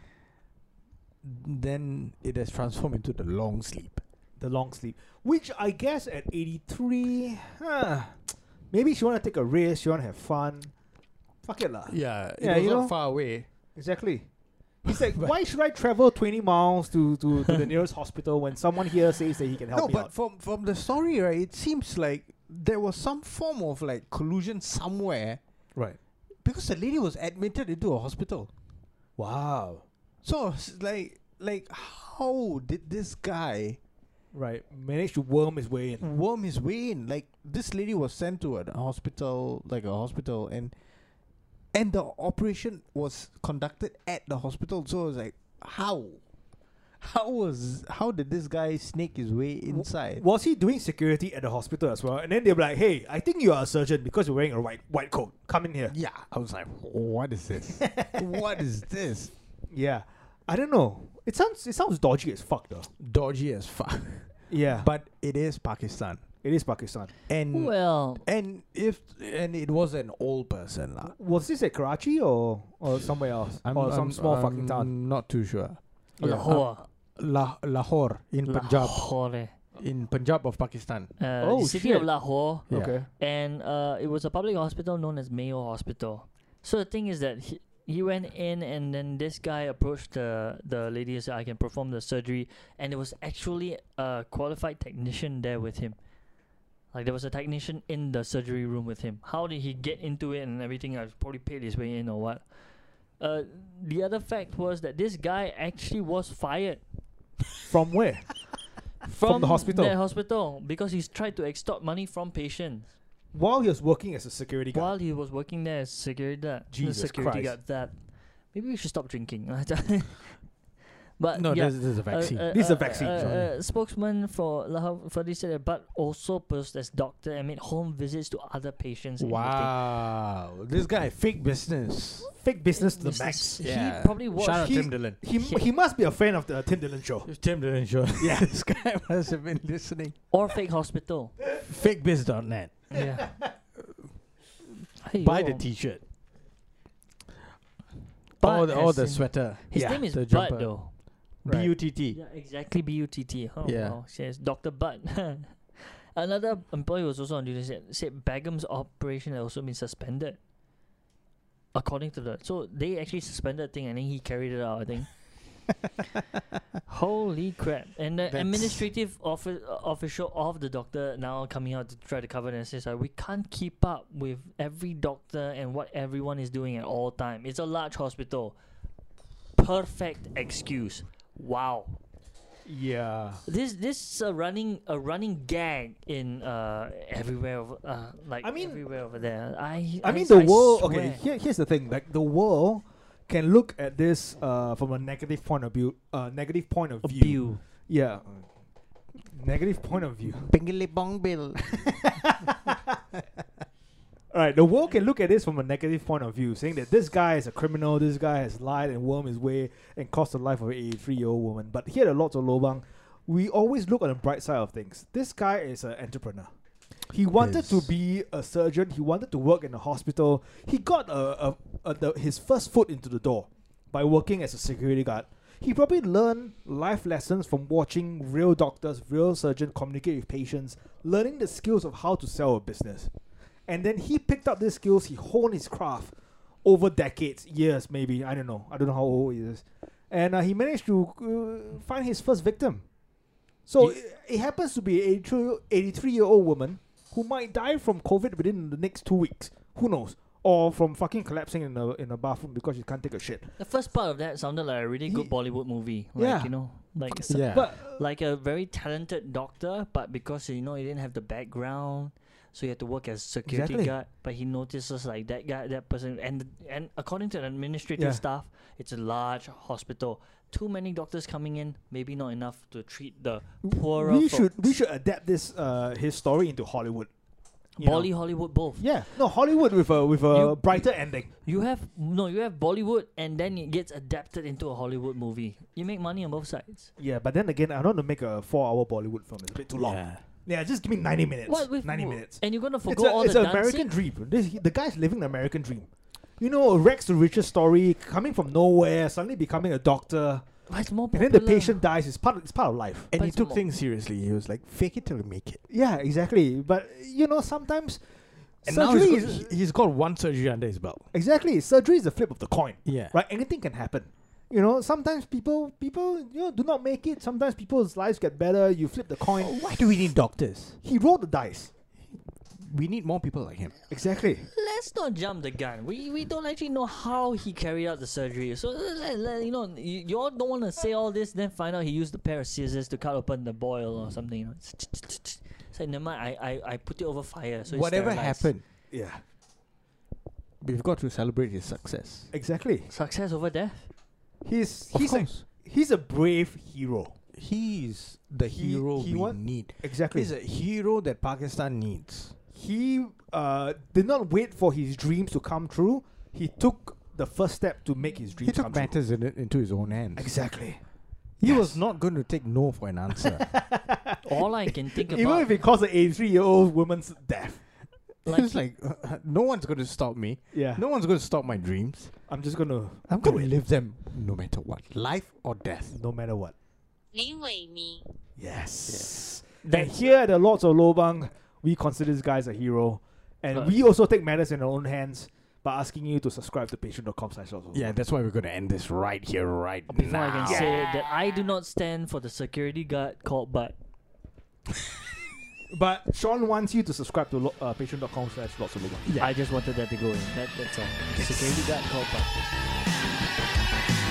Speaker 2: Then it has transformed into the long sleep.
Speaker 1: the long sleep, which I guess at eighty three, huh, maybe she want to take a risk. She want to have fun. Fuck it lah.
Speaker 2: Yeah, it
Speaker 1: Yeah,
Speaker 2: was
Speaker 1: you
Speaker 2: not
Speaker 1: know-
Speaker 2: far away.
Speaker 1: Exactly. He's like, why should I travel twenty miles to, to, to the nearest hospital when someone here says that he can help
Speaker 2: no,
Speaker 1: me
Speaker 2: but
Speaker 1: out?
Speaker 2: from from the story, right? It seems like there was some form of like collusion somewhere
Speaker 1: Right.
Speaker 2: because the lady was admitted into a hospital.
Speaker 1: Wow.
Speaker 2: So s- like like how did this guy
Speaker 1: Right. Managed to worm his way in.
Speaker 2: worm his way in? Like this lady was sent to a hospital, like a hospital, and and the operation was conducted at the hospital. So it's like how. How was how did this guy snake his way inside?
Speaker 1: Was he doing security at the hospital as well? And then they're like, "Hey, I think you are a surgeon because you're wearing a white white coat. Come in here."
Speaker 2: Yeah, I was like, what is this? what is this?
Speaker 1: Yeah, I don't know. It sounds it sounds dodgy as fuck though.
Speaker 2: Dodgy as fuck.
Speaker 1: Yeah, but
Speaker 2: But it is Pakistan,
Speaker 1: it is Pakistan.
Speaker 2: and
Speaker 3: Well,
Speaker 2: and if and it was an old person lah.
Speaker 1: Was this at Karachi or or somewhere else or some small fucking town?
Speaker 2: I'm Not too sure.
Speaker 3: Lahore.
Speaker 2: La- Lahore in Punjab,
Speaker 3: Lahore.
Speaker 2: in Punjab of Pakistan.
Speaker 3: Uh,
Speaker 1: Oh,
Speaker 3: the city
Speaker 1: shit.
Speaker 3: of Lahore.
Speaker 2: Yeah.
Speaker 1: Okay.
Speaker 3: and uh, it was a public hospital known as Mayo Hospital. So the thing is that he, he went in, and then this guy approached the the lady and said, "I can perform the surgery," and there was actually a qualified technician there with him. Like there was a technician in the surgery room with him. How did he get into it and everything? I probably paid his way in or what. Uh, the other fact was that this guy actually was fired
Speaker 1: From where?
Speaker 3: from,
Speaker 1: the hospital?
Speaker 3: that hospital because he's tried to extort money from patients.
Speaker 1: While he was working as a security guard.
Speaker 3: While he was working there as security guard,
Speaker 1: Jesus
Speaker 3: the security
Speaker 1: Christ.
Speaker 3: guard that maybe we should stop drinking. but
Speaker 2: no,
Speaker 3: yeah,
Speaker 2: there's there's a
Speaker 3: uh,
Speaker 2: vaccine.
Speaker 3: uh,
Speaker 1: This is a
Speaker 3: uh,
Speaker 1: vaccine,
Speaker 3: uh,
Speaker 2: sorry.
Speaker 3: uh, spokesman for Lahab Fadi said that, but also posed as doctor and made home visits to other patients. and everything.
Speaker 2: wow, this guy fake business.
Speaker 1: Fake business to the
Speaker 3: Business.
Speaker 1: max.
Speaker 3: He probably watched-
Speaker 2: Shout out
Speaker 1: He-
Speaker 2: Tim Dillon.
Speaker 1: He, he must be a fan of the Tim Dillon show.
Speaker 2: Tim Dillon show. Yeah, this guy must have been listening.
Speaker 3: Or fake hospital.
Speaker 2: Fakebiz.net.
Speaker 3: yeah.
Speaker 2: Buy the
Speaker 3: Aiyo.
Speaker 2: T-shirt.
Speaker 3: Bud
Speaker 2: or the, or
Speaker 3: as
Speaker 2: the
Speaker 3: in-
Speaker 2: sweater.
Speaker 3: His
Speaker 2: Yeah,
Speaker 3: name is
Speaker 2: the
Speaker 3: Bud,
Speaker 2: jumper.
Speaker 3: though.
Speaker 1: Right.
Speaker 2: B U T T.
Speaker 3: Yeah, exactly. B U T T. Oh,
Speaker 2: Yeah.
Speaker 3: wow. Says Doctor Bud. Another employee was also on duty. Said, said Begum's operation had also been suspended. According to the so they actually suspended the thing and then he carried it out. I think. Holy crap! And the
Speaker 2: That's-
Speaker 3: administrative offi- uh, official of the doctor now coming out to try to cover this says like we can't keep up with every doctor and what everyone is doing at all time. It's a large hospital. Perfect excuse. Wow
Speaker 1: Yeah.
Speaker 3: this this is a running a running gag in uh everywhere over, uh like
Speaker 1: I mean-
Speaker 3: everywhere over there. I
Speaker 1: I mean,
Speaker 3: s-
Speaker 1: the
Speaker 3: I
Speaker 1: world. Okay,
Speaker 3: swear.
Speaker 1: here, here's the thing. Like the world can look at this uh, from a negative point of view. Uh, negative point of view.
Speaker 3: Abuse.
Speaker 1: Yeah. Negative point of view.
Speaker 2: Bingly bong bill.
Speaker 1: All right, the world can look at this from a negative point of view, saying that this guy is a criminal, this guy has lied and wormed his way and cost the life of a three-year-old woman. But here at Lotso Lobang, we always look on the bright side of things. This guy is an entrepreneur. He wanted to
Speaker 2: Yes.
Speaker 1: be a surgeon. He wanted to work in a hospital. He got a, a, a the, his first foot into the door by working as a security guard. He probably learned life lessons from watching real doctors, real surgeons communicate with patients, learning the skills of how to sell a business. And then he picked up these skills, he honed his craft over decades, years maybe, I don't know. I don't know how old he is. And uh, he managed to uh, find his first victim. So
Speaker 2: Ye-
Speaker 1: it, it happens to be a 83 year old woman who might die from COVID within the next two weeks. Who knows? Or from fucking collapsing in a, in a bathroom because she can't take a shit.
Speaker 3: The first part of that sounded like a really good
Speaker 1: Ye-
Speaker 3: Bollywood movie. Like
Speaker 1: Yeah.
Speaker 3: you know, like s-
Speaker 2: Yeah.
Speaker 1: But
Speaker 3: like a very talented doctor, but because you know he didn't have the background, so he had to work as security
Speaker 1: Exactly.
Speaker 3: guard. But he notices like that guy, that person, and and according to the administrative
Speaker 1: Yeah.
Speaker 3: staff, it's a large hospital. Too many doctors coming in, maybe not enough to treat the poorer.
Speaker 1: we
Speaker 3: folks.
Speaker 1: should we should adapt this uh his story into Hollywood. you know?
Speaker 3: Bolly Hollywood both.
Speaker 1: Yeah, no Hollywood with a with a
Speaker 3: You-
Speaker 1: brighter ending.
Speaker 3: You have no, you have Bollywood, and then it gets adapted into a Hollywood movie. You make money on both sides.
Speaker 1: Yeah, but then again, I don't want to make a four-hour Bollywood film. It's a bit too long. Yeah, just give me ninety minutes. ninety minutes?
Speaker 3: And you're gonna
Speaker 1: It's,
Speaker 3: forgo
Speaker 1: a,
Speaker 3: all
Speaker 1: it's
Speaker 3: the
Speaker 1: an
Speaker 3: dancing.
Speaker 1: American dream. This, the guy's living the American dream. You know, a Rex to riches story, coming from nowhere, suddenly becoming a doctor,
Speaker 3: But it's more
Speaker 1: and
Speaker 3: popular.
Speaker 1: then the patient dies. It's part. It's part of life.
Speaker 2: And
Speaker 3: But
Speaker 2: he
Speaker 3: it's
Speaker 2: took
Speaker 3: mo-
Speaker 2: things seriously. He was like, fake it till you make it.
Speaker 1: Yeah, exactly. But you know, sometimes
Speaker 2: And now
Speaker 1: surgery
Speaker 2: he's
Speaker 1: is
Speaker 2: got, he- he's got one surgery under his belt.
Speaker 1: exactly surgery is the flip of the coin.
Speaker 2: Yeah.
Speaker 1: right? Anything can happen. You know, sometimes people people you know do not make it. Sometimes people's lives get better. You flip the coin.
Speaker 2: Why do we need doctors?
Speaker 1: He rolled the dice.
Speaker 2: We need more people like him.
Speaker 1: Exactly.
Speaker 3: Let's not jump the gun. We we don't actually know how he carried out the surgery. So uh, let- let- you know, you, you all don't want to say all this, then find out he used a pair of scissors to cut open the boil or something. You know, it's like never mind. I, I I put it over fire. So it's
Speaker 2: Whatever
Speaker 3: sterilized.
Speaker 2: happened,
Speaker 1: Yeah.
Speaker 2: we've got to celebrate his success.
Speaker 1: Exactly.
Speaker 3: Success over death.
Speaker 1: He's
Speaker 2: Of
Speaker 1: he's a,
Speaker 2: course.
Speaker 1: he's a brave hero.
Speaker 2: He's the
Speaker 1: He-
Speaker 2: hero
Speaker 1: he
Speaker 2: we
Speaker 1: what?
Speaker 2: need.
Speaker 1: Exactly.
Speaker 2: He's a hero that Pakistan needs.
Speaker 1: he uh, did not wait for his dreams to come true. He took the first step to make his dreams
Speaker 2: He took
Speaker 1: come true.
Speaker 2: matters in, into his own hands.
Speaker 1: Exactly.
Speaker 2: He was not going to take no for an answer.
Speaker 3: All I can think
Speaker 1: Even
Speaker 3: about,
Speaker 1: if it caused an 83 year old woman's death.
Speaker 2: He was like, uh, uh, no one's going to stop me.
Speaker 1: Yeah.
Speaker 2: No one's going to stop my dreams.
Speaker 1: I'm just going to.
Speaker 2: I'm going to live them no matter what, life or death.
Speaker 1: No matter what.
Speaker 4: 林伟明，
Speaker 1: Yes. And
Speaker 3: That's-
Speaker 1: here at the Lords of Lobang, we consider this guy as a hero. And
Speaker 3: Uh,
Speaker 1: we also take matters in our own hands by asking you to subscribe to patreon.com slash Lords of
Speaker 2: Yeah,
Speaker 1: Lobang.
Speaker 2: that's why we're going to end this right here, right
Speaker 3: before
Speaker 2: now.
Speaker 3: I can say that I do not stand for the security guard called Bud.
Speaker 1: But Sean wants you to subscribe to lo- uh, patreon.com slash Lords of Lobang.
Speaker 3: I just wanted that to go in. That, that's all. Security guard called Bud.